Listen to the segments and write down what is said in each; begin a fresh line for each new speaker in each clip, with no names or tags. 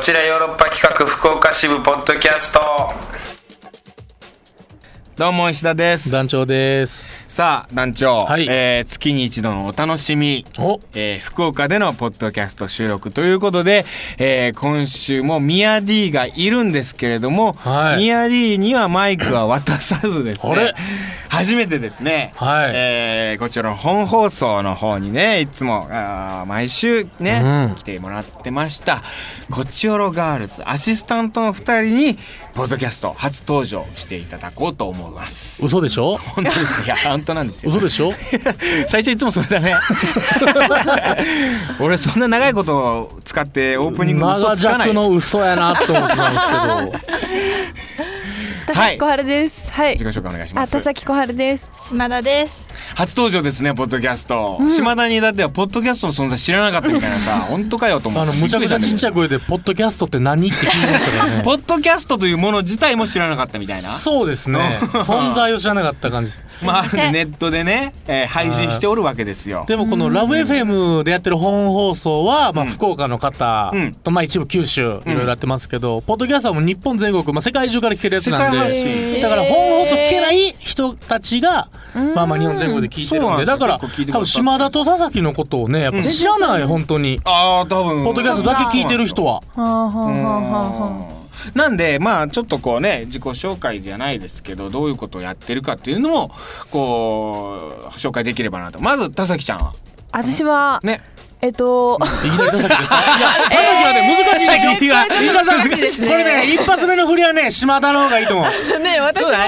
ちらヨーロッパ企画福岡支部ポッドキャストどうも石田です
団長です。
さあ団長、
はい
えー月に一度のお楽しみ
お
えー福岡でのポッドキャスト収録ということで、えー今週もミヤ D がいるんですけれども、
はい
ミヤ D にはマイクは渡さずです
あ
ね
れ
初めてですね、
はい
えーこちらの本放送の方にねいつもあー毎週ね、
うん
来てもらってましたこちおろガールズアシスタントの2人にポッドキャスト初登場していただこうと思います。
嘘でしょ
本当ですい や本当なんですよ
嘘でしょ
最初いつもそれだね 俺そんな長いことを使ってオープニングの嘘
長
つかない
尺の嘘やなって思ってたんですけど。
田
はい
崎小春です。はい。
自己紹介お願いしま
あ、
す
田崎小春です。
島田です。
初登場ですねポッドキャスト、島田にだってはポッドキャストの存在知らなかったみたいな さ本当かよと思
あ
って
の、むちゃくちゃちっちゃい声で、ポッドキャストって何って聞いてました からね。
ポッドキャストというもの自体も知らなかったみたいな
そうですね。存在を知らなかった感じです。
まあネットでね、えー配信しておるわけですよ
でもこのラブ FM でやってる本放送は、まあ福岡の方
うん
と、まあ一部九州、いろいろやってますけど、ポッドキャストはもう日本全国、まあ世界中から聞けるやつなん
世界配
で、
信
だから本放送聞けない人たちが、まあまあ日本全国で聞いてる
うんんそうなんで
で、
すよ
だから
結構聞いてくださって
多分島田と佐々木のことをね、やっぱ知らない、本当に。
ああ多分
ポッドキャストだけ聞いてる人は。
はあ、はあはあは
なんでまあちょっとこうね自己紹介じゃないですけどどういうことをやってるかっていうのをこう紹介できればなとまず田崎ちゃんは
あ、私は、
ね
えっ と、
いきなり出されてるいや、佐々木はね、難し
いやこれちょっと難
いんですよ。
しいですね
これね、一発目の振りはね、島田の方がいいと思う。う
ね、私も、
ん。
そ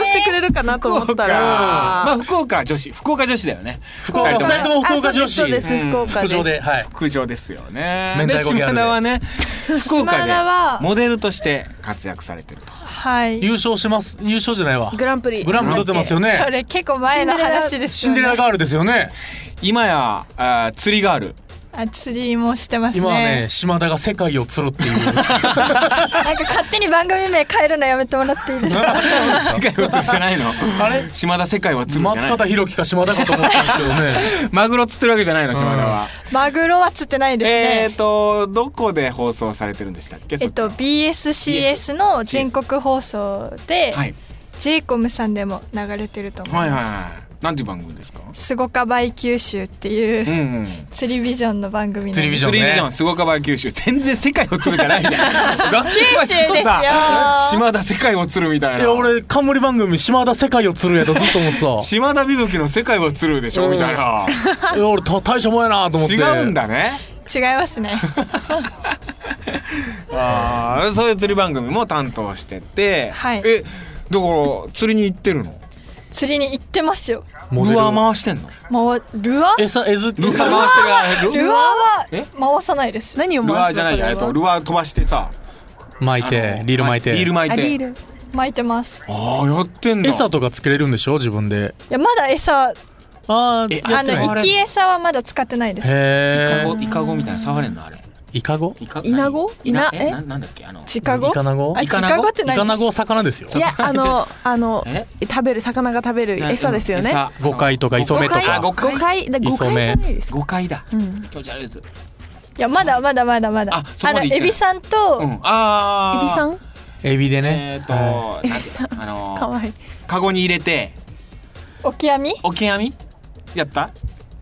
うしてくれるかなと思ったら、
まあ福岡女子福岡女子だよね
福岡、
二
二人
人と
と
も
も福岡女
あ
子。
そうです、そうです、福岡
副
です。
上で、はい。
福上ですよね
明
で
太
島
子ギャルで
田はね福岡
島田は
でモデルとして活躍されてると
はい。
優勝してます。優勝じゃないわ。
グランプリ。
グランプリ取ってますよ
そ
ね。
れ結構前の話です
シ
よ
ン
ね。
デレラガールですよね。
今やあー釣りガール
あ釣りもしてますね。
今はね、島田が世界を釣るっていう。
なんか勝手に番組名変えるのやめてもらっていいで すか。
世界を釣るじゃないの
あれ
島田世界を釣るじゃ
松
ない
方弘樹か島田かと思ったんですけどね。
マグロ釣ってるわけじゃないの島田は
マグロは釣ってないです
えー。
ね
とどこで放送されてるんでしたっけ
えっと
そち
BSCS の全国放送で
らはい
j コムさんでも流れてると思
はいいはい
ま
はいなんていう番組ですか
す。すごかばい九州っていううん
うん
釣りビジョンの番組なん
釣り
で
ビ
す。
ジョ
釣
ン
りビジョ
ね
ン。すごかばい九州全然世界を釣るじゃないじゃん学
九州 ですよ
島田世界を釣るみたい
い
な
や、俺、冠番組、島田世界を釣るやとずっと思ってた。
島田美吹の世界を釣るでしょみたいな
え俺た大したもんやなと思って
違うんだね
違いま すね。
あーそういう釣り番組も担当してて
はい
えだから釣りに行ってるの
釣りに行ってますよ。
モデル
ルアー回してんの
もうルアー
餌餌付け
ルアー回して
ルアーは
え
回さないです。
何を
ルアー
回す
じゃ
の
ないじゃないえっとルアー飛ばしてさ
巻い
あ
て
の
リール巻いて
リール巻い
あ、
て
リール。
巻いてます。
ああやってんだ
餌とかつけれるんでしょ自分で
いやまだ餌
あー
え
あ
安い
の生き餌はまだ使ってないです。
イカ
へ
ゴ
え
イカゴみたいな触れんのあれ
イカゴ
イカ
イナゴ
何イナ
イナ
え
え
ななんだっけあの
シカゴ
イカナゴ
あ、
イ
イ
カ
カ
ナゴ
ゴって
イカ
何
ナゴは魚ですよ
いや、あの、あの
え、
食べる、魚が食べる餌ですよね。
餌
ゴカイとか磯
五
目と
回
か
五回だ五回じゃないですか。
誤解だ
うん。
気持ち悪いですう
いやまだまだまだまだ。
あそこまで行ってない
エビさんと、
んあ
エ
ー
ビさん
エビでね
えっと
は
なんてあの
かわいい。
カゴに入れて
オキアミ
オキアミやった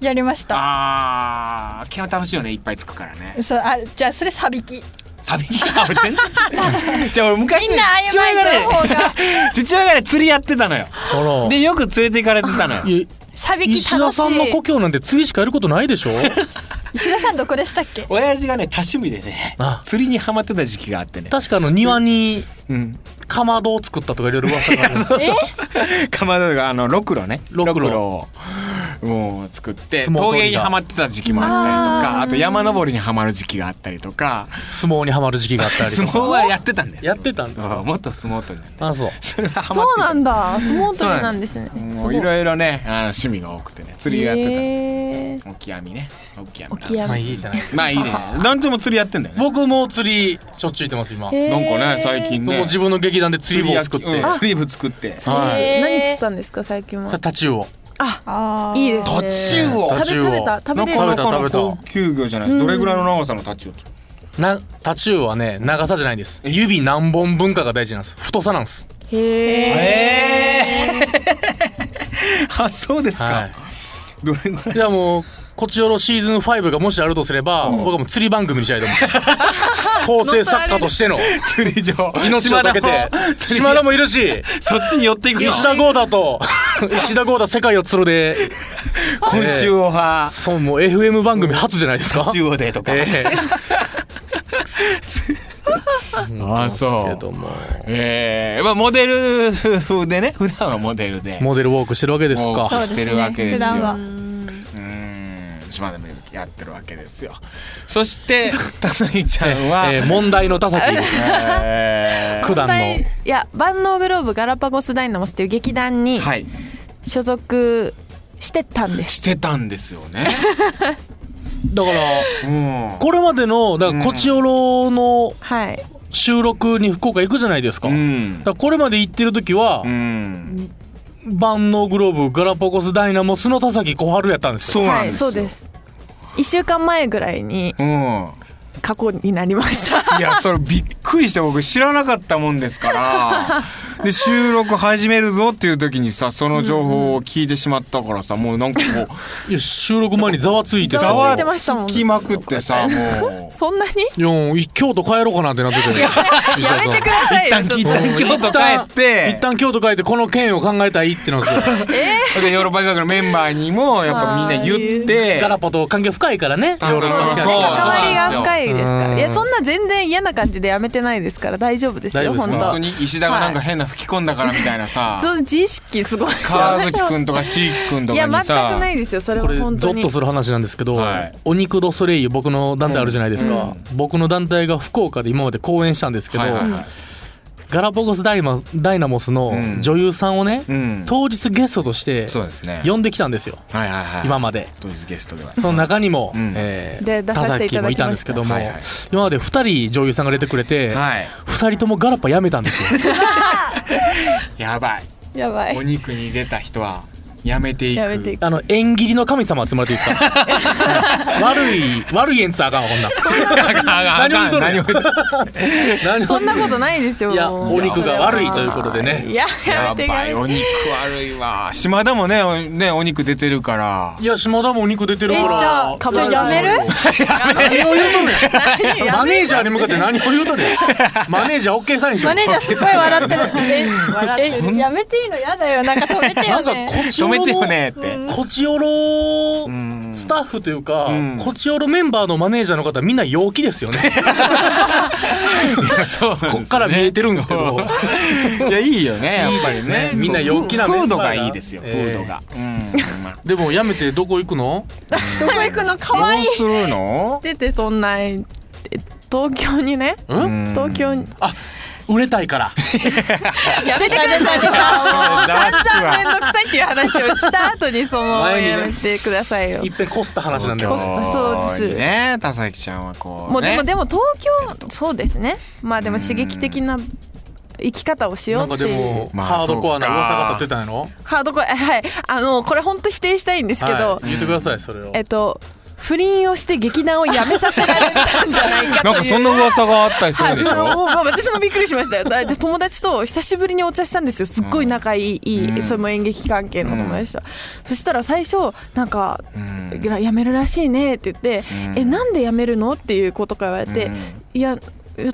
やりました。
あーオキアミ楽しいよねいっぱいつくからね
そうあじゃあそれサビキ。
サビキあ俺全然 聞いてないじゃあ俺昔
みんな
父親が
曖昧情報が
ね父親がね釣りやってたのよ
いあら
でよく連れて行かれてたのよ
いや
サビキ
石田
楽しい
さんの故。郷なんて釣りしかやることないで しょ
石田さんどこでしたっけ？
親父がね多趣味でね
あ
釣りにハマってた時期があってね
確かあの庭に
うん
かまどを作ったとかいろいろ噂がある
え？
かまどがあのろくろね
ろくろ
をもう作って
相撲
陶
取りだ
芸にはまってた時期もあったりとかあと山登りにはまる時期があったりとか
相撲にはまる時期があったりと
相
か
撲はやってたんですよ
やってたんですか
うもっと相撲取りなんで
あそう
それはハマ
そ
っ
うなんだ。相撲取りなんですね。
て
す
も
ご
う
い
いろいろねあの趣味が多くてね釣りやって
へー
たオキアミねオキアミ
オキア
まあ
ミ。
いいじゃない
まあいいね団長も釣りやってんだよね
僕も釣りしょっちゅう行ってます今
へー
なんかね最近
もう
ね
自分の劇団で釣り棒を
や
作って
うん
さ
釣り部作って
はい
へー
何釣ったんですか最近は
あ。タチウオ
あー
いいですね。
タチウオ
タチウオ
食べ食べた食べれる
な
なかな
んか
か
食べた
高級魚じゃないですどれぐらいの長さのタチウオと
うなタチウオはね長さじゃないんです指何本分かが大事なんです太さなんです
へえ。
ええ あそうですか、
はい
どれぐらい
いやもうこちよろシーズン5がもしあるとすれば、僕はもう釣り番組にしたいと 思う構成作家としての
釣り場
命をかけて 島田もいるし
そっちに寄っていくの
石田豪太と石田豪太世界を釣るで
今週オファー
そうもう FM 番組初じゃないです か
中央でとか、
え
ああ
え
そ
け
う
ども
ええまあモデル風でね普 段はモデルで
モデルウォークしてるわけです
もう
か
してるわけですよ
そうですね普段は
うん島田美由紀やってるわけですよそして たなぎちゃんは、
ええ問題の田崎です
え
九段の
いや万能グローブガラパゴスダイナモスっていう劇団に
ーはい
所属してたんです。
してたんですよ ね、
だから
うん、
これまでのだからこちよろの
はい。
収録に福岡行くじゃないですか,、
うん
だからこれまで行ってる時は、
うん、
万能グローブガラパゴスダイナモスの田崎小春やったんです
そ
よ
うなん
は
で
い。
すよ、
そうです。一週間前ぐらいに
うん
過去になりました。
いやそれびっくりして僕知らなかったもんです からで収録始めるぞっていう時にさその情報を聞いてしまったからさもうなんかこ
いや収録前にざわついて
う
ざ
ざわ
ついてましたもん
つきまくってさもう。
そんなに？
いやい京都帰ろうかなってなって て
やめてくださいよ。ちょっと
一旦京都帰って
一旦京都帰ってこの件を考えたいってなって
でヨーロッパ大学のメンバーにもやっぱみんな言って
ガラパと関係深いからね
あ
ヨーロッパ
そう
の
です
人
そう
関わりが深いですか
う
ら
ん
いやそんな全然嫌な感じでやめてないですから大丈夫ですよ
大丈夫
本
で
本
すか
当
当
に石田がなんか変な吹き込んだからみたいなさ
そう自意識すごいですよ
川
ね
口くんとか椎木くんと
い
か
や
に
全く
さ
ないですよそれ
こ
は
れゾ
本当
ッ
に
とする話なんですけど、
はい
お肉ドソレイユ僕の団体あるじゃないですか、僕の団体が福岡で今まで公演したんですけど、
はいはいはい
ガラポゴスダイマダイナモスの
うん
女優さんをね、
うん
当日ゲストとして
そうですね
呼んできたんですよ、
はいはいはい
今まで。
当日ゲストでは
その中にも、
うん
えー
で出させてい
田
ただきました
崎もいたんですけども、
はいはい
今まで2人女優さんが出てくれて、
はい
2人ともガラパやめた んですよ
やばい
やばい
お肉に出た人はやめていく
やめて いく
あの縁切りの神様集まれていいですか 悪い悪い縁つあかんわこんなん
何
何を言うとる
何を言うとる
何
そんなことないですよ
いや
もう
お肉が悪いということでね
いや や
や
めてや
ばいお
めて
肉悪いわ島田もねおねお肉出てるから
いや島田もお肉出てるか
えじゃ
ら
あじゃあやめる
何を言うとんねん
何や
マネージャーに向かって何を言うとん ねんマネージャー OK サインしよ
マネージャーすごい笑ってるえ笑ってるやめていいのやだよなんか止めてよ
なんか
ね
こち
止
お
め
ろの
てよねって
こちおろ
ん
スタッフというか、
うん
こちおろメンバーのマネージャーの方みんな陽 気ですよね
そうなんですよね
こっから見えてるんです けど
いやいいよねやっぱり
いいで
ね
すねみんな陽気な
フー
メ
フー
ン
ド
バー
が
が
いいですよフードがうんまあ
でもやめてどこ行くの
どこ行くのかわ
ど
いうい
するの
出てそんなえ東京にね
ん
東京に
売れたいから
やめてくださいよ
そうだ
散々めんどくさいっていう話をした後にその
前にね
やめてくださいよ
いっぺんこすった話なんだよ
コスタそうです
ね田崎ちゃんはこう
もうでも
ね
でも東京そうですねまあでも刺激的な生き方をしよ
な
うんっ
か
て
で
いう
も、
まあ
ハードコアな噂が立ってたんやろ
ハードコアはいあのこれ本当否定したいんですけど、
はい言ってくださいそれを
えっと不倫をして劇団を辞めさせられたんじゃないかと
な
いうん
かそんな噂があったりするでし
はいも
ょ
うまあ私もびっくりしました よだって友達と久しぶりにお茶したんですよすっごい仲いい、いいそれも演劇関係の友達と、そしたら最初なんか「
ん
いや辞めるらしいね」って言って「えなんで辞めるの?」っていうことから言われて「
うん
いや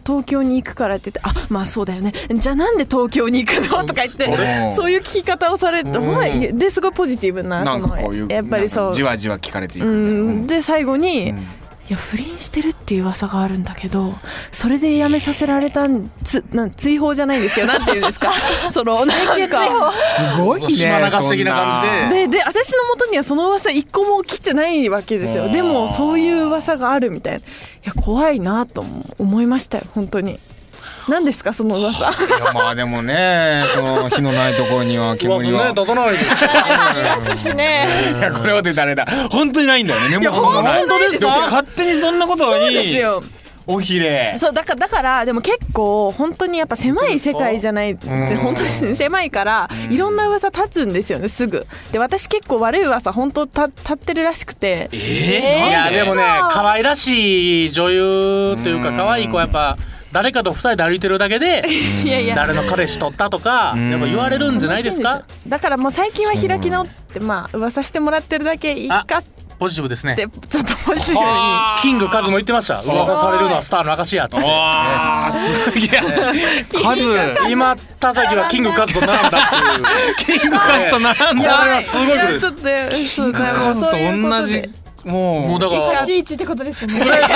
東京に行くから」って言って「あまあそうだよねじゃあなんで東京に行くの?」とか言って
それ
そういう聞き方をされて、はいですごいポジティブな
なん
そ
か
の
こういう
やっぱり
な
そ
ん
う
かじわじわ聞かれていく
う
み
ん、で最後に、
ん
いや不倫してるっていう噂があるんだけどそれで辞めさせられたんつなん追放じゃないんですけどなんていうんですかそのなんか
たいなすごいね
島流し的な感じ
そん
で
な
でで私の元にはその噂一個も来てないわけです
あ
よ
ー
でもそういう噂があるみたいないや怖いなとも思いましたよ本当に何ですかその噂
いやまあでもね、 その火のないところには煙は。
立 たない
しね
いやこれはって誰だ。本当にないんだよね。い
や本当ですか
勝手にそんなことに。
そうですよ
おひれ
そうだからだからでも結構本当にやっぱ狭い世界じゃない本当ですね狭いからいろんな噂立つんですよねすぐで私結構悪い噂本当た立ってるらしくて
え
えー
ー
いやでもね
嘘
可愛らしい女優というか
うん
可愛い子はやっぱ誰かと二人で歩いてるだけ で
いやいや
誰の彼氏取ったとか
うん
やっぱ言われるんじゃないですか
楽しんですよだからもう最近は開き直ってまあ噂してもらってるだけいいかっ
ポジティブですね
てちょっと面白い
は
キングカズも言ってました
ごい
噂されるのはスターの証やっつって
わあすげえ数
今田崎はキングカズと並んだ っていうキング
カズと並んだ
これはすごいこと
や
で
ち
す
ょっとそうだからもう
数
そう
と
いうこと
同
で
じもう
もうだか
一
ら
回
立ち位置ってことですよね。
いやいや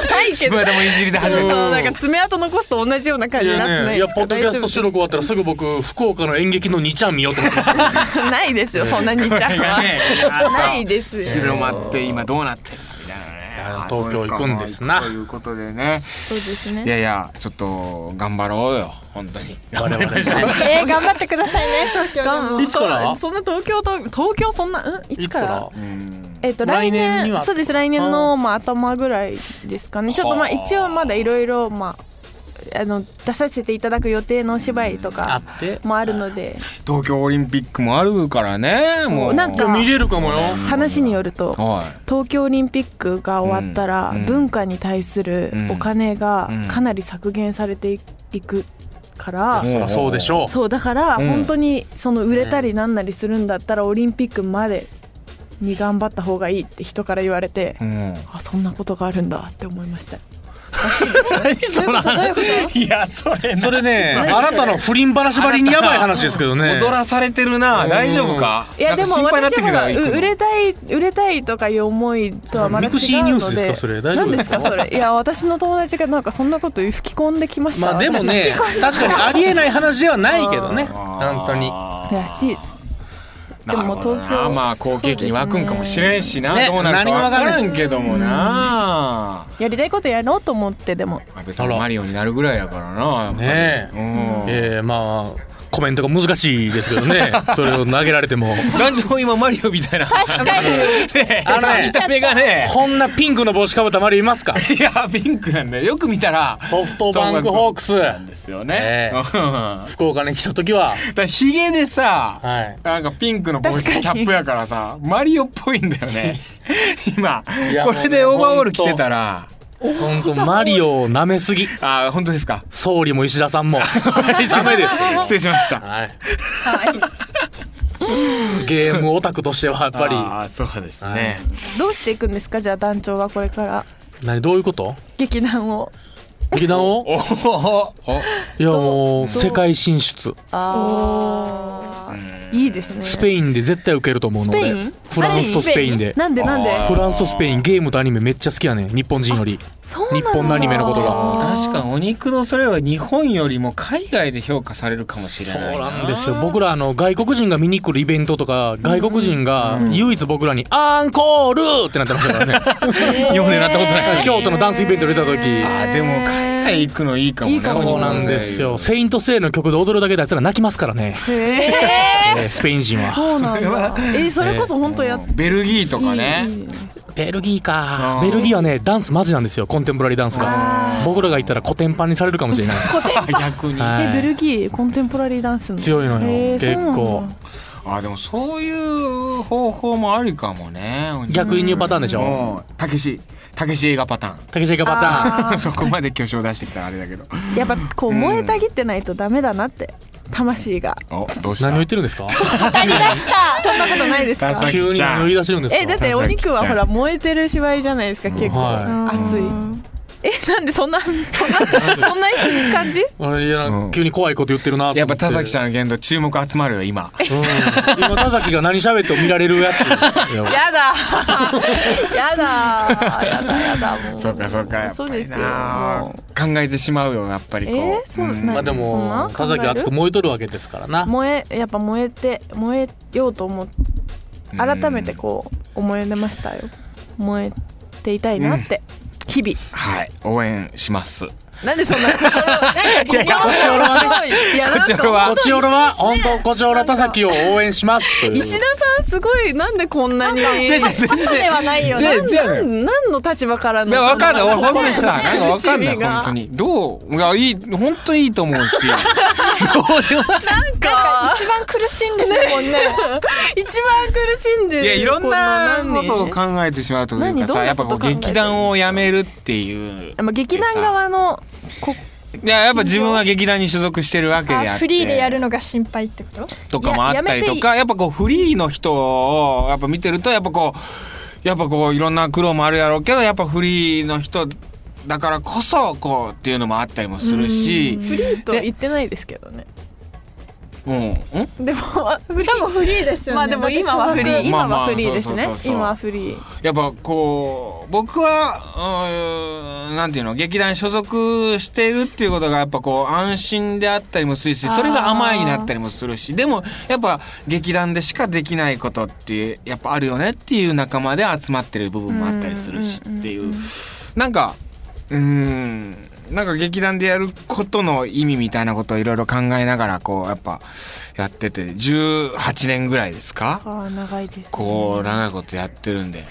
ないけど
柴田もいじりで
そう
始め
そうなんか爪痕残すと同じような感
い
じになって
や
な
ね、い
いで
や
す
ポ
か
ッドキャスト収録終わったらすぐ僕福岡の演劇の2ちゃん見ようと思ってま した
たないですよそんなにちゃんは、 ないですよ
広まって今どうなってるのみたいなね
や
あそう
東
か
京行くんですな
まあということでね
そうです
い
ね
やいやちょっと頑張ろうよ本当に
我々ね
えー、頑張ってくださいね、東京でも。
いつから
そんな東京と東京そんなうんいつから
うん
えっと
来
来
年に
年
は
そうです来年のまあ頭ぐらいですかねちょっとまあ一応まだいろいろまああの出させていただく予定のお芝居と
あ
か
って
もあるので
東京オリンピックもあるからね
そう
もう
なんか
見れるかもよ
話によると
は
東京オリンピックが終わったら
うん
文化に対するお金が
うん
かなり削減されていくから
うん
そりゃそうでしょう
そうだから
うん
本当にその売れたりなんなりするんだったらオリンピックまでに頑張った方がいいって人から言われて
いうん
あそんなことがあるんだって思いました
どういうことどういうこと
いやそれ
それね
それ
あなたの不倫話ばりにやばい話ですけどね
踊らされてるな
うん
大丈夫か
いやでも
なんか心配になってく
私
る
ほ
な
らう
行くの
売れたい売れたいとかいう思いとはまた違うので
ミクシーニュースですかそれ大丈夫
何
で
ですす
か
かそれいや私の友達がなんかそんなこと吹き込んできました
まあでもね確かにありえない話ではないけどね本当に
私らしい
なるほどな
でも東京
まあ好景気に湧くんかもしれんしな、
そうですね
どうなるか
ね
わからん
何もわかんないです
けどもな、
やりたいことやろうと思ってでも
まあ別にマリオになるぐらいやからな
ねえ
え、
えー、まあコメントが難しいですけど ねそれを投げられても
うん、団長今マリオみたいな
確かに。
あのね
見た目がね
こんなピンクの帽子かぶったマリいますか
いやピンクなんだよよく見たら
ソフトバンクホークス
なんですよね、
ええ
だ
福岡に来た時は
からヒゲでさ、
はい
なんかピンクの帽子キ
確か
ャ
に
ップやからさマリオっぽいんだよ ね今
いや
これで
もう
オ
ね
ーバーオール着てたら
本当マリオを舐めすぎ
あ本当ですか
総理も石田さんも
ダ メです失礼しました
はいゲームオタクとしてはやっぱり
あーそうですね、
はい
どうしていくんですかじゃあ団長はこれから
何どういうこと
劇団を
劇団を
おお
いやもう
どう
世界進出
あーいいですね
スペインで絶対受けると思うの
スペイ
で
ン
フランスとスペインで
なんでなんで
あ
フランスとスペインゲームとアニメめっちゃ好きやねん日本人より
そうなんだ
日本のアニメのことが
確かお肉のそれは日本よりも海外で評価されるかもしれ
そう
ない
なんですよ僕らあの外国人が見に来るイベントとか外国人が唯一僕らに「アンコール!」ってなってましたからね
日本でなったことない
京都のダンスイベント出た時
あーでも海外行くのいいかもね
いいかも
そうなんですよ「セイント・セイ」の曲で踊るだけであいつら泣きますからね、
へー
えースペイン人は
そうなんだえそれこそ本当やっ
ベルギーとかね
いい
ベルギーか
あー
ベルギーはねダンスマジなんですよコンテンポラリーダンスが僕らが行ったらコテンパンにされるかもしれない
逆にあ
はい
えベルギーコンテンポラリーダンスの
強いのよ
へーそうなんだ
結構
ーでもそういう方法もありかもね
逆輸入パターンでしょ
もうたけしたけし映画パタ
竹下がパターン
ーン そこまで巨匠出してきたらあれだけど
やっぱこう燃えたぎってないとダメだなって魂が
おどうした
何を言ってるんですか
語り出した。
そんなことないです
ダサ
か
い
急に何を言い出してるんですか
えだってお肉はほら燃えてる芝居じゃないですか結構
は
熱いえなんでそんなそんなそんな感じ
あれいや、
うん
急に怖いこと言ってるなと
やっぱ
思て
田崎ちゃんの言動注目集まるよ今
うん今田崎が何喋っても見られるやついや
やだ やだやだやだもう
そうかそうかやっぱ
そうで
り
すよ
な
もう
考えてしまうよやっぱりこう、
えーそう
うん
な
まあで
そん
も
な
田崎熱く燃えとるわけですからな
燃えやっぱ燃えて燃えようと思って改めてこう思い出ましたよ燃えていたいなって、日々
はい応援します
なんでそんななんかこ
ちおろは
こいやなん
こ
か
ちおろは
こちおろは本当こちおろ田崎を応援しますという
石田さんすごいなんでこんなに
違う違う全然
ではないよ
違
ね。
う違うのよ
何の立場からの
いや、わかんない。俺、本当にさ、なんかわかんな
苦
い。
しみが
本当に。どういや、いい、本当にいいと思うし。
なんか一番苦しいんですもんね。
一番苦しんで
い
る
や、いろんな
こ
ことを
何
考えてしまうという
何
か
どん
さ、
な
やっぱこう、
こと考えてる
劇団を辞めるっていう。
まあ劇団側のこ
いや、やっぱ自分は劇団に所属してるわけであって。
あフリーでやるのが心配ってこと？
とかもあったりとかやっぱこうフリーの人をやっぱ見てるとやっぱこうやっぱこういろんな苦労もあるやろうけどやっぱフリーの人だからこそこうっていうのもあったりもするし
フリーと言ってないですけどね
うんうん
で もフリー
多分フリーですよね。
まあでも今はフリー
所属まあ
今
ま
は
あ
フリーです
そう
ね
そうそうそう
今はフリー
やっぱこう僕はうーんなんていうの劇団に所属してるっていうことがやっぱこう安心であったりもするしそれが甘えになったりもするしでもやっぱ劇団でしかできないことってやっぱあるよねっていう仲間で集まってる部分もあったりするしっていうなんかうーんなんか劇団でやることの意味みたいなことをいろいろ考えながらこうやっぱやってて18年ぐらいですか
ああ長いですね
こう長いことやってるんで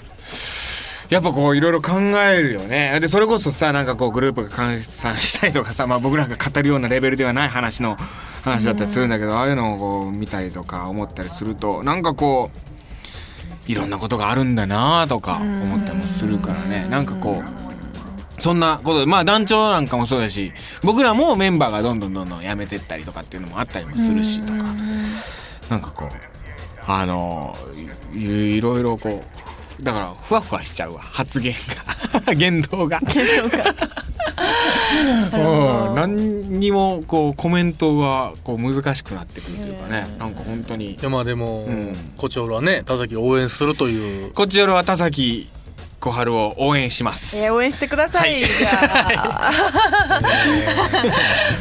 やっぱこういろいろ考えるよねでそれこそさなんかこうグループが解散したりとかさ、まあ、僕らが語るようなレベルではない話の話だったりするんだけど、ああいうのをこう見たりとか思ったりするとなんかこういろんなことがあるんだなとか思ったりもするからねなんかこうそんなことでまあ団長なんかもそうだし僕らもメンバーがどんどんどんどん辞めてったりとかっていうのもあったりもするしとかなんかこうあのいいろいろこうだからふわふわしちゃうわ発言が 言動が うん何にもこうコメントがこう難しくなってくるというかねなんか本当に
いやまあでも、
うん
こちおらはね田崎を応援するという
こっちよりは田崎小春を応援します、
えー応援してください、じゃあ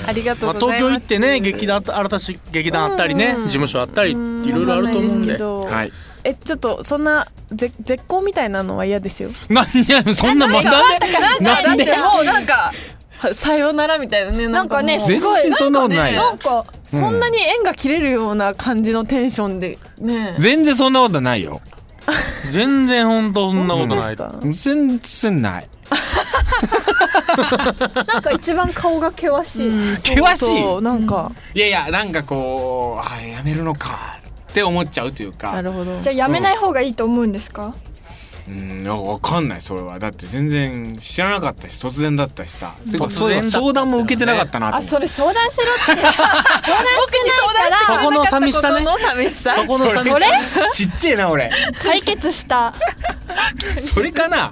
ありがと
ま
う
あ、
ござ
東
い
京行
ます、
ってね劇団新たし劇団あったりね、
うん
事務所あったりい
うん
ろいろあると思うんで
わかんないすけど
はい
えちょっとそんなぜ絶好みたいなのは嫌ですよ
なんやそんなまた
なんかだってもうなんかはさよならみたいなね
なんかね
もう
全然そんなことないよ
なんか
そんなに縁が切れるような感じのテンションでね
全然そんなことないよ
全然本当そんなこと
で
な
す
い
か
全然ない
なんか一番顔が険しい。
険しい
そうなんか、
いやいやなんかこうあやめるのかって思っちゃうというか
なるほど
じゃあやめない方がいいと思うんですか？
うんいやわかんないそれはだって全然知らなかったし突然だったしさてか
突然だった
そういえば相談も受けてなかったなと
あ
思って
それ相談しろ って。相談してないから
そこの寂しさね
なかったことの寂しさ
そこの 寂し
それ
さ
ちっちゃいな俺
解決した。
それかなあ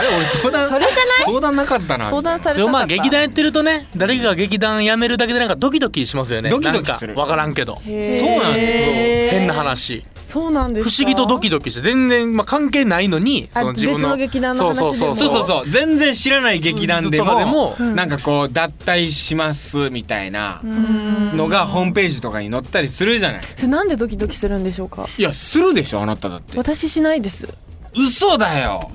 れ俺相談
それじゃない
相談なかったな
相談され
で
た
もま
かっ
あ
た
劇団やってるとね誰かが劇団辞めるだけでなんかドキドキしますよね
ドキドキす
な
る
んか分からんけど
へー
そうなんですよ
変な話
そうなんです
不
か
思議とドキドキして全然、まあ、関係ないのに
あ
その自分の
別の劇団の話で
そう
も
そ
そうう
そ
そうう
そう全然知らない劇団で
と
も
かでも
うん
なんかこう脱退しますみたいな
うん
のがホームページとかに載ったりするじゃない
それなんでドキドキするんでしょうか
いやするでしょあなただって
私しないです
嘘だよ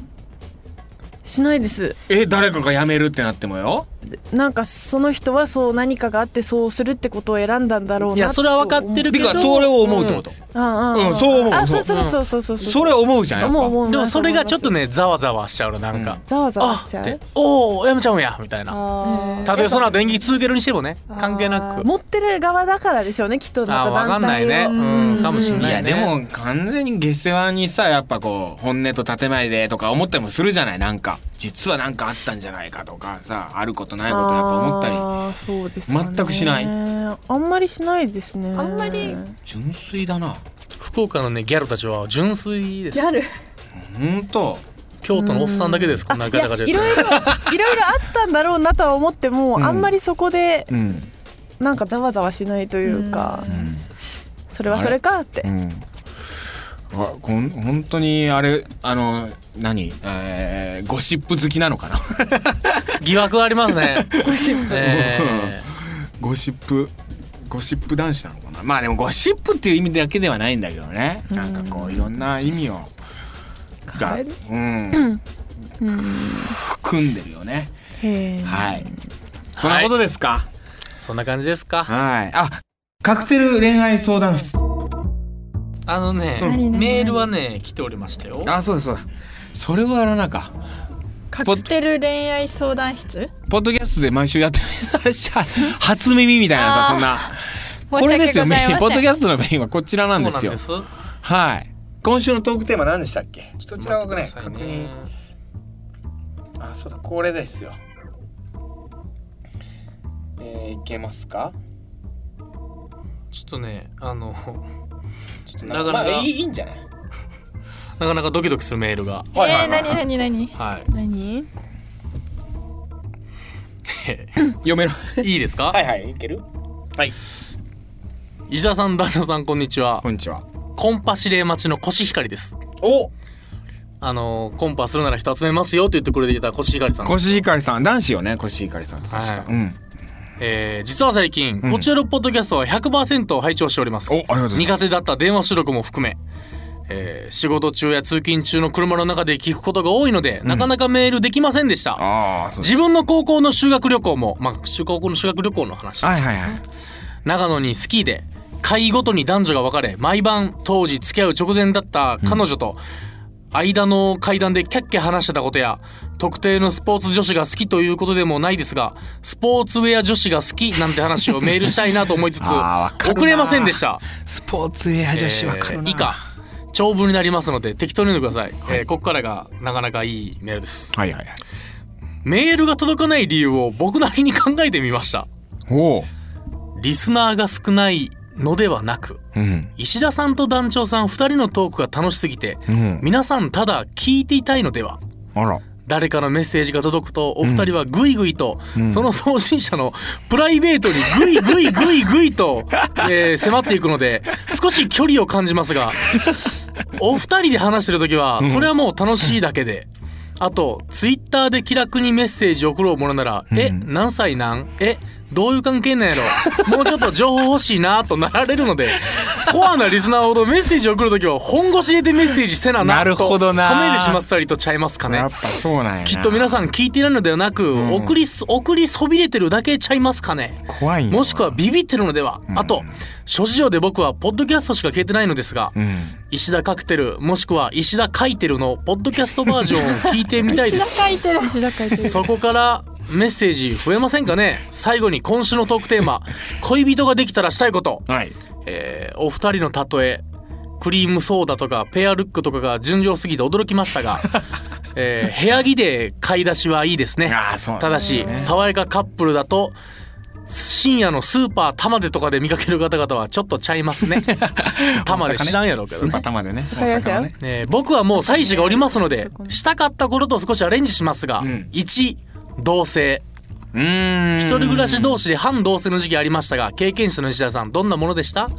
しないです
え誰かが辞めるってなってもよ
なんかその人はそう何かがあってそうするってことを選んだんだろうない
やそれは分かってる
て
けど
かそれを思うってこと、
ああ
うんそう思う
あそ
そ
うそううそうそうそう
それ思うじゃんやっぱ
思う思う
でもそれがちょっとねざわざわしちゃうのなんか、
ざわざ
あ
わしち
っ
ゃ
て
う
おおやめちゃうんやみたいな
あ
たとえその後演劇続けるにしてもね関係な
あー
く
持ってる側だからでしょうねきっとま
あ
た
ーわか
団
んない
体を
ねうんかもしれない
や
ね
でも完全に下世話にさやっぱこう本音と建前でとか思ったりもするじゃないなんか実はなんかあったんじゃないかとかさあることないことやっぱ思ったり
あーそうですかね
全くしない
あんまりしないですね
あんまり
純粋だな
福岡のねギャルたちは純粋です
ギャル。
ほんと
京都のおっさんだけですこんなガチャガチャ
いやい
言っ
ろ
て
いろいろいろあったんだろうなとは思っても、
うん
あんまりそこで
うん
なんかざわざわしないというか、
うん
それはそれかって
うんあこん本当にあれあの何えーゴシップ好きなのかな
疑惑はあります ね
ゴシップ
え
ゴシップゴシップ男子なのかなまあでもゴシップっていう意味だけではないんだけどねなんかこういろんな意味をが
変える
うん
うん
含んでるよね
へー
はい。そんなことですか。
ーそんな感じですか
はい。あ、カクテル恋愛相談室。
あのね
何何
メールはね来ておりましたよ
あそうですそうだそれはあらなんか
カクテル恋愛相談室
ポッドキャストで毎週やってるあれ しゃ初耳みたいな
あー
さそんな
申
こ
し
れ
訳
ですよ
ございません
メインポッドキャストのメインはこちらなんですよ
そうなんで
はい今週のトークテーマ何でしたっけ
す
そちらをね
ちょっと
確
待ってくだ
認
さい
あそうだこれですよえー、いけますか
ちょっとねあの
ちょっと
なかなか
まあいいいいんじゃない
なかなかドキドキするメールが
はいはいは
えー、な
い
になになに
は
何
読める
いいいですか、
はいはいいけるはい
石田さん旦那さんこんにちは
こんにちは
コンパ指令待ちのコシヒカリです
お
あのコンパするなら人集めますよと言ってくれていたコシヒカリさん
コシヒカリさん男子よねコシヒカリさん確か、
はい
うん
えー実は最近、
ん
こちらのポッドキャストは100%を拝聴しております
おありがとうございます
苦手だった電話収録も含め、えー仕事中や通勤中の車の中で聞くことが多いので、なかなかメールできませんでした
ああそうです
自分の高校の修学旅行もまあ中高校の修学旅行の話
はいはいはい
長野にスキーで会ごとに男女が分かれ毎晩当時付き合う直前だった彼女と間の階段でキャッキャ話してたことや特定のスポーツ女子が好きということでもないですがスポーツウェア女子が好きなんて話をメールしたいなと思いつつ
あー分かるな
遅れませんでした
スポーツウェア女子わかるな、
以下長文になりますので適当に読んでください、えーここからがなかなかいいメールです
はいはいはい
メールが届かない理由を僕なりに考えてみました
おお
リスナーが少ないのではなく
うん
石田さんと団長さん2人のトークが楽しすぎて、
うん
皆さんただ聞いていたいのでは
あら
誰かのメッセージが届くとお二人はグイグイと、その送信者のプライベートにグイグイグイグイと、えー迫っていくので少し距離を感じますがお二人で話してる時はそれはもう楽しいだけで。あと、ツイッターで気楽にメッセージ送ろうものなら、え、何歳なんえ、どういう関係なんやろもうちょっと情報欲しいなとなられるので、コアなリスナーほどメッセージ送るときは本腰入れてメッセージせなな
なるほどな
とめいでしまったりとちゃいますかね
やっぱ。そうなんやな
きっと皆さん聞いているのではなく、
ん
送りす送りそびれてるだけちゃいますかね
怖いよ
もしくはビビってるのでは、あと諸事情で僕はポッドキャストしか聞いてないのですが、
うん
石田カクテルもしくは石田カイテルのポッドキャストバージョンを聞いてみたいです
書いてる
石田 会長
そこからメッセージ増えませんかね最後に今週のトークテーマ「恋人ができたらしたいこと」
はい
えーお二人の例えクリームソーダとかペアルックとかが純情すぎて驚きましたが、えー部屋着で買い出しはいいですね
あーそうなん
ただ
です
し
よね
爽やかカップルだと深夜のスーパー玉でとかで見かける方々はちょっとちゃいますね玉で知らんやろうけど
スーパ
ね
ー玉でね
かりましたよ
大阪のね
えー僕はもう妻子がおりますので
そこね
したかった頃と少しアレンジしますが、
ん
1同棲
うーん
一人暮らし同士で半同棲の時期ありましたが経験者の石田さんどんなものでした
は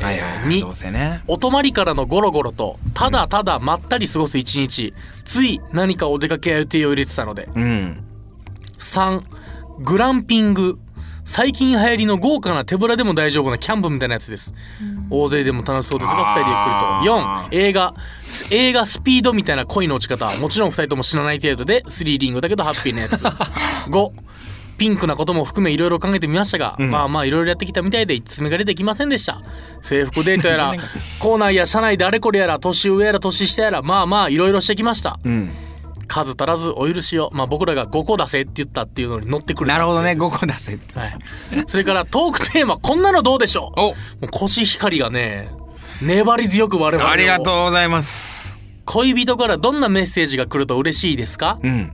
いはいはい
に
どうせね
お泊まりからのゴロゴロとただただまったり過ごす一日、つい何かお出かけや予定を入れてたので
うん
3グランピング最近流行りの豪華な手ぶらでも大丈夫なキャンプみたいなやつです、大勢でも楽しそうですが
あー
2人でゆっくりと4映画映画スピードみたいな恋の落ち方もちろん2人とも死なない程度でスリリングだけどハッピーなやつ5 ピンクなことも含めいろいろ考えてみましたが、まあまあいろいろやってきたみたいで詰めが出てきませんでした制服デート やら校内や社内であれこれやら年上やら年下やらまあまあいろいろしてきました、
うん
数足らずお許しを、まあ、僕らが5個出せって言ったっていうのに乗ってくる
なるほどね5個出せって
はい、それからトークテーマこんなのどうでしょう
お
もうコシヒカリがね粘り強く我々を
ありがとうございます
恋人からどんなメッセージが来ると嬉しいですか
うん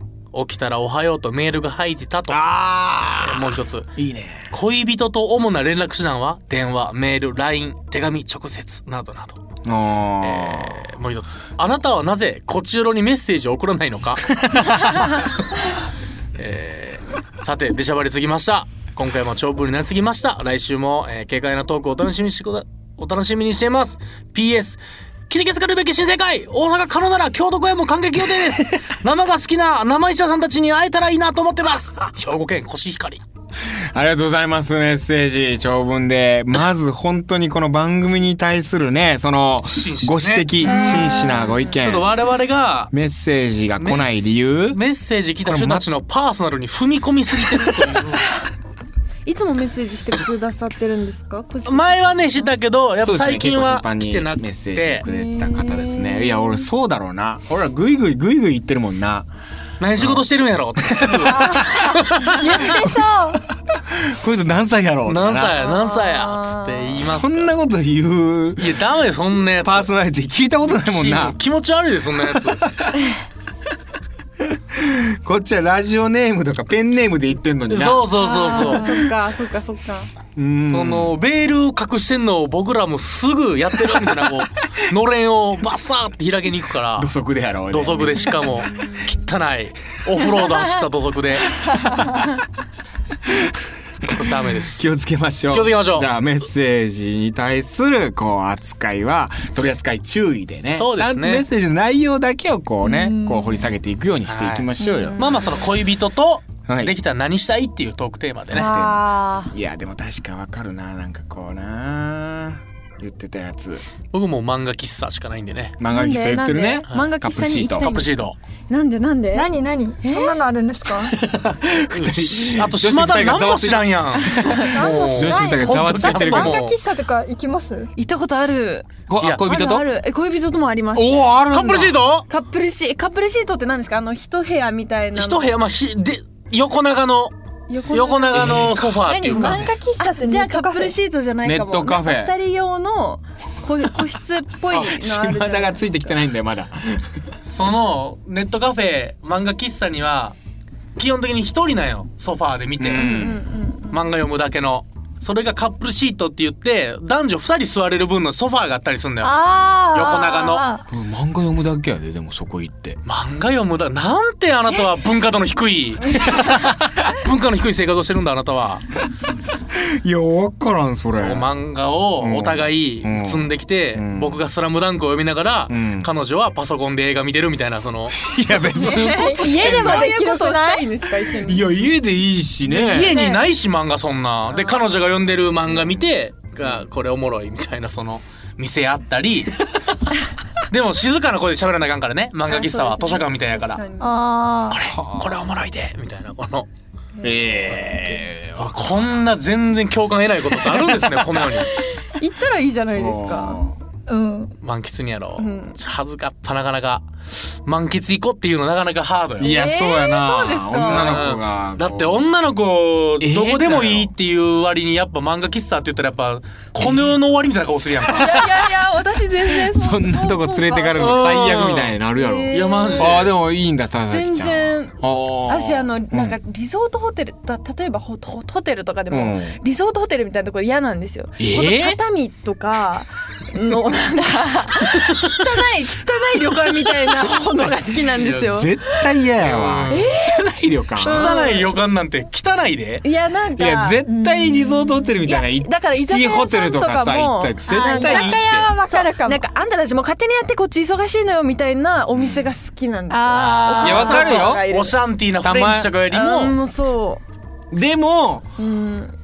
起きたらおはようとメールが入ってたと
あ
もう一つ
いいね
恋人と主な連絡手段は電話メール LINE 手紙直接などなど
あ
もう一つ。あなたはなぜ、こちよろにメッセージを送らないのかえーさて、出しゃばりすぎました。今回も長文になりすぎました。来週も、えー軽快なトークをお楽しみにしてくだ、お楽しみにしています。PS、切り消されるべき新世界大阪可能なら京都公演も感激予定です生が好きな生石田さんたちに会えたらいいなと思ってます兵庫県コシヒカリ。
ーありがとうございますメッセージ長文でまず本当にこの番組に対するねその
真摯ね
ご指摘真摯なご意
ちょっと
見
我々が、
メッセージが来ない理由
メッセージ来た人たちのパーソナルに踏み込みすぎてるという。
いつつもメッセージしてくださってるんですか個人
前はねしてたけどやっぱ最近は
そうです
来
ね結構頻
てな
繁
く
に
て
メッセージをくれてた方ですねいや俺そうだろうな俺らグイグイグイグイ言ってるもんな
何仕事してるんやろってすぐ
言ってそう
こいつ何歳やろう
何歳や
あー
何歳やっつって言います
そんなこと言う
いやダメよそんなやつ
パーソナリティ聞いたことないもんな
気気持ち悪いでそんなや つ
こっちはラジオネームとかペンネームで言ってんのにな
そうそうそう
あー
そう
そっかそっかそっか
うん
そのベールを隠してんのを僕らもすぐやってるみたいなこ うのれんをバッサーって開けに行くから
土足でやろうね
土足でしかも汚いオフロード走った土 足でこれダメです
気をつけましょう
気をつけましょう
じゃあメッセージに対するこう扱いは取り扱い注意でね
そうですね
ちゃんとメッセージの内容だけをこうねこう掘り下げていくようにしていきましょうよ、
まあまあその恋人と
はい
できたら何したいっていうトークテーマでね、
あー
いやでも確かわかるななんかこうな言ってたやつ
僕も漫画喫茶しかないんでね
漫画喫茶言ってるね
なんでなんで漫画喫茶に行きたい
カ
カ
ッ
ップシード
なんでなんで
何何そんなのあるんですか
あと島田何も知らんやん
何もし
女子
な
みたいが
い
ざわついてるけ
も
漫
ど
う
画喫茶とか行きます
行ったことある
こ
い
あ
や
恋人と
あるあるえ恋人ともあります
おおあるんだ
カップルシート
カップルシーカップルシートって何ですかあの一部屋みたいなの
一部屋まあひで横長の
横
横長のソファーってい
何漫
う
画
か
喫茶って
じゃあ
ネッ
カ
ト
ッ
カ
プ
フ
ル
ェ
シートじゃないかも
ネットカフェ
なんか二人用のこ個室っぽいのあるじゃない
島田がついてきてないんだよまだ
そのネットカフェ漫画喫茶には基本的に一人なんよソファーで見て、
うん
うん うん
漫画読むだけのそれがカップルシートって言って男女二人座れる分のソファーがあったりすんだよ
あー
横長の
漫画読むだけやででもそこ行って
漫画読むだなんてあなたは文化度の低い文化の低い生活をしてるんだあなたはい
やわからんそれ
そう漫画をお互い
うん
積んできて、
うん
僕が「スラムダンクを読みながら、
うん
彼女はパソコンで映画見てるみたいなその
いや別に
家でも
そう
で
い
き
うこ
る
とをし
くな
た
い
いんですか一緒
い
に
や家でいいしね
家にないし漫画そんなで彼女が読んでる漫画見てがこれおもろいみたいなその見せ合ったりでも静かな声で喋らなあかんからね漫画喫茶は
あそうで
図
すね
書館みたいやから
確に
あー
これおもろいでみたいなこの
ええ
あこんな全然共感得ないことってあるんですねこのように
行ったらいいじゃないですか
うん
満喫にやろう、
うん
恥ずかったなかなか満喫行こうっていうのなかなかハードよ
いや
えー
そうやな
そうですか
女の子が
だって
こう
女の子
ええ
どこでもいいっていう割にやっぱ漫画喫茶って言ったらやっぱこの世の終わりみたいな顔するやんか
いやいやいや私全然
そんなとこ連れてかれる
る
の最悪みたいになるやろ
え
いやマジで
ああでもいいんだ佐々木
全
ちゃん
然
あ
アジアのなん
う
かリゾートホテルだ例えばホホホテルとかでも、
うん
リゾートホテルみたいなところ嫌なんですよ。
えー
ほんと畳とか のなんか汚い汚い旅館みたい なものが好きなんですよ。
絶対嫌やわ汚い旅館
汚い旅館なんて汚いで
いやなん
い
か
や絶対リゾートホテルみたいない
や
い
だから
シティホテルとかさ
居酒屋さんとか
行ったら
も
絶対いいっ
居酒
て
屋はわかるかも
なんかあんたたちも勝手にやってこっち忙しいのよみたいなお店が好きなんですよ。
あー
いやわかるよ
お客さんとがい
おシャンティーなフレンチとかより
あー
も
もうそ
でも
う。うん。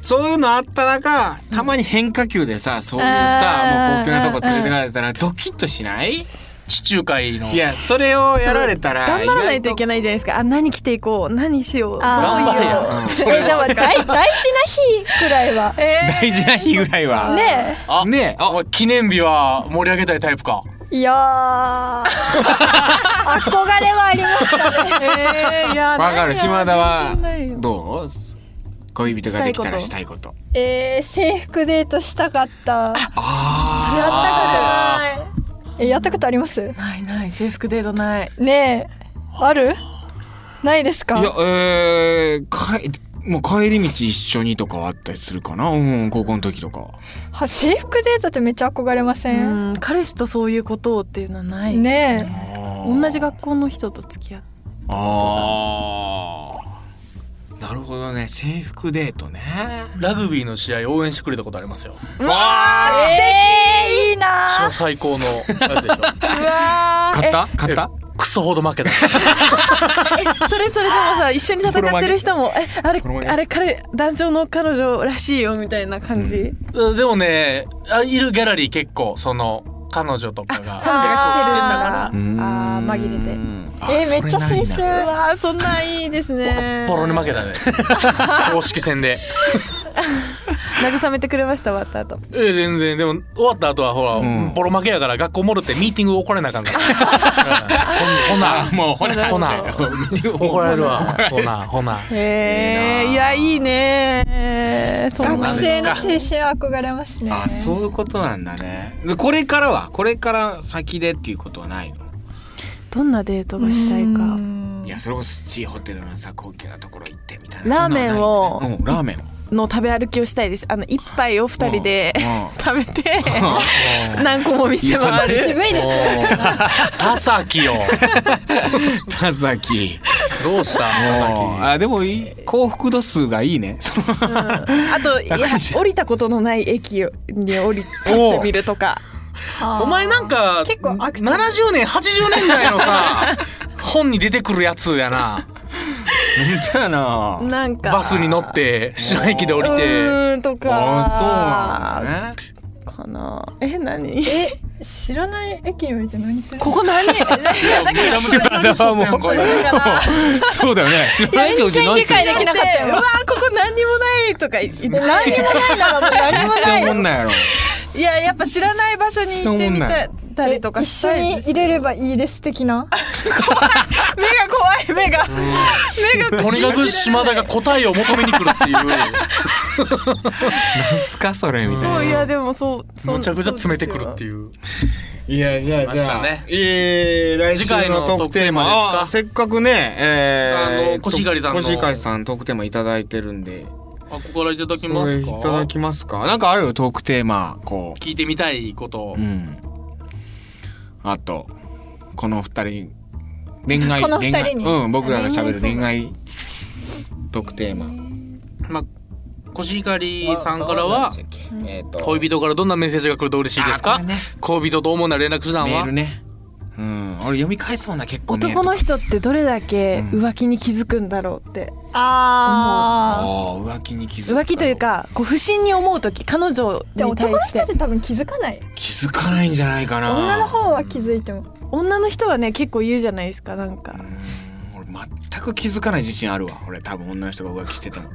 そういうのあった中たまに変化球でさそういうさもう高級なとこ連れてかれたらドキッとしない
地中海の
いやそれをやられたら
頑張らないといけ
ない
ないじゃないですか。あ何着ていこう何しよう。
あー
頑張れよ
うん
えでも大大事な日くらいはね
大事な日ぐらいは
え
あ
ねえあ
お前記念日は盛り上げたいタイプか
いやー憧れはありますかね
えーいや
わかる島田は
全然ないよ
どう恋人ができたらしたいこと
えー、制服デートしたかったやった
あ
ことないえやったことあります
ないない制服デートない
ねえあるないです
あ
か
いやえー、かいもう帰り道一緒にとかはあったりするかなうん高校の時とか
は制服デートってめっちゃ憧れません、
うん彼氏とそういうことをっていうのはない
ね
同じ学校の人と付き合って
ああなるほどね制服デートね
ラグビーの試合応援してくれたことありますよ
わ
ええー、いいな
一番
ー
最高のやつでしょ
あ買った買った
クソほど負けた
えそれそれでもさ一緒に戦ってる人もえあれ
黒幕
あれ彼男女の彼女らしいよみたいな感じ、
うんでもねあいるギャラリー結構その彼女とかが
彼女が来てるんだから
あーあー紛れてえーめっちゃ青春
うわーそんないいですね
ボロに負けたね公式戦で
慰めてくれました終わった後
えー全然でも終わった後はほら、ボロ負けやから学校戻ってミーティング怒られなあかんからうんほんほな
あもうほら
ほな怒られるわほなほな
へえいやいいねそん
な
な
学
学
生
生
の
の
青
青春憧れますね
あそういうことなんだねでこれからはこれから先でっていうことはないの
どんなデートがしたいか
いやそれこそ地ホテルのさ高級なところ行ってみたいな
ラーメンを
そんなんないうんラーメンを
の食べ歩きをしたいですあの一杯を二人で
うんうん
食べて何個も店回る
渋いですね
田崎よ
田崎
どうした田
あでもいい幸福度数がいいねその
あといや降りたことのない駅に降り立ってみるとか
崎お前なんか
結構アクティブ
70年80年代のさ本に出てくるやつやな
本当やな
なんか
バスに乗って白駅で降り
う
て
ーんと
あ
か
そう なんだね
かなえ何
え知らない駅に降りて何する
こ こ何だから
めちゃめちゃ
だ からもう
これ
だから
そうだよね知らないけどうち
全然
何
理
して
解できなかった
うわ
よ
ここ何にもないとか言って
何にもないならもう何もな
全
い
然思ん ないやろ
いややっぱ知らない場所に行ってみたたりとか
一
し
緒
たい
に
です
入れればいいです的な
目が怖い目が目が
とにかく島田が答えを求めに来るっていう
何すかそれみたいな
そういやでもそうそう
むちゃくちゃ詰めてくるって
いう
いう
いやじゃあ
ま
じ
し
ゃ
た
あ、
ね
えー来週
次回の
の
ト
ト
ー
ー
ク
ク
テ
テ
ー
ー
マ
マ
ですか
あせっかくねえ
あの
ー、
越狩さんの
越狩さんトークテーマいただいてるんで
あここからいただき
こ
ま
れ
す
い
か
ただきますかなんかあるトークテーマこ
聞いてみたいこと
ううんあとこの二人恋愛
この二人に
恋愛うん僕らが喋る恋愛トークテーマ
まあコシヒカリさんからは
えーと
恋人からどんなメッセージが来ると嬉しいです
あ
か
これね
恋人と主な連絡手段
メー
は
ルねうん俺読み返すもんな結構ね
男の人ってどれだけ浮気に気づくんだろうって
あ
あー浮気に気づく
浮気というかこう不審に思う時彼女
ーでも
に対
男の
して
人って多分気づかない
気づかないんじゃないかな
女の方は気づいても
女の人はね結構言うじゃないですかなんか
俺全く気づかない自信あるわ俺多分女の人が浮気してても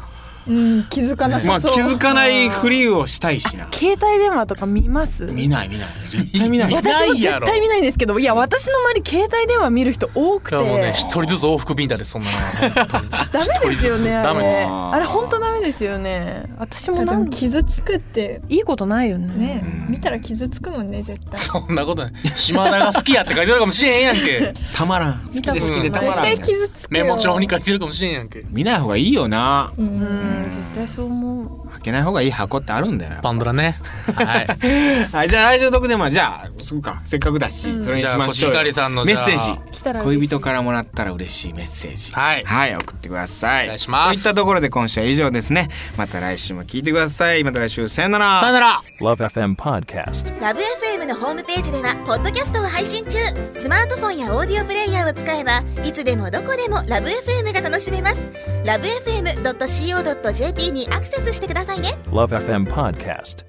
うん気づかな
まあ
さ
気
そう
づかないふりをしたいしな
携帯電話とか見ます
見ない見ない絶対見ない
や
私も
いやろ
絶 対見ないんですけどいや私の周り携帯電話見る人多く
い
て
やもうね一人ずつ往復ビンタでそんなの
ダメですよね
ダ
あ
メ
れ
です
あれ本当ダメですよね私も
で
なん
も傷つくって
いいことないよね
ね
うん
見たら傷つくもんね絶対絶
そんなことない島田が好きやって書いてるかもしれへんやんけ
たまらん好きで好きでたまらん
対傷つく
メ
よ
モ帳に書いてるかもしれんやんけ
見ない方がいいよな
う
うんん絶対そう思
開けない方がいい箱ってあるんだよ
パンドラねはい
はいじゃあ来週の特典はじゃあそうかせっかくだし、それに
じゃ
し
あ
ま
コ
し
シ
ょう
ヒ
よ
カリさんの
メッセ
じゃ
ー
あ
ジ
う来たら嬉
恋
しい
人からもらったら嬉しいメッセージ
はい
はい送ってください
お願いします
といったところで今週は以上ですねまた来週も聞いてくださいまた来週さよなら
さよなら
LoveFM Podcast.
ラブ f m のホームページではポッドキャストを配信中スマートフォンやオーディオプレイヤーを使えばいつでもどこでもラブ f m が楽しめますラブ FM.co.jp にアクセスしてくださいね
LoveFM Podcast.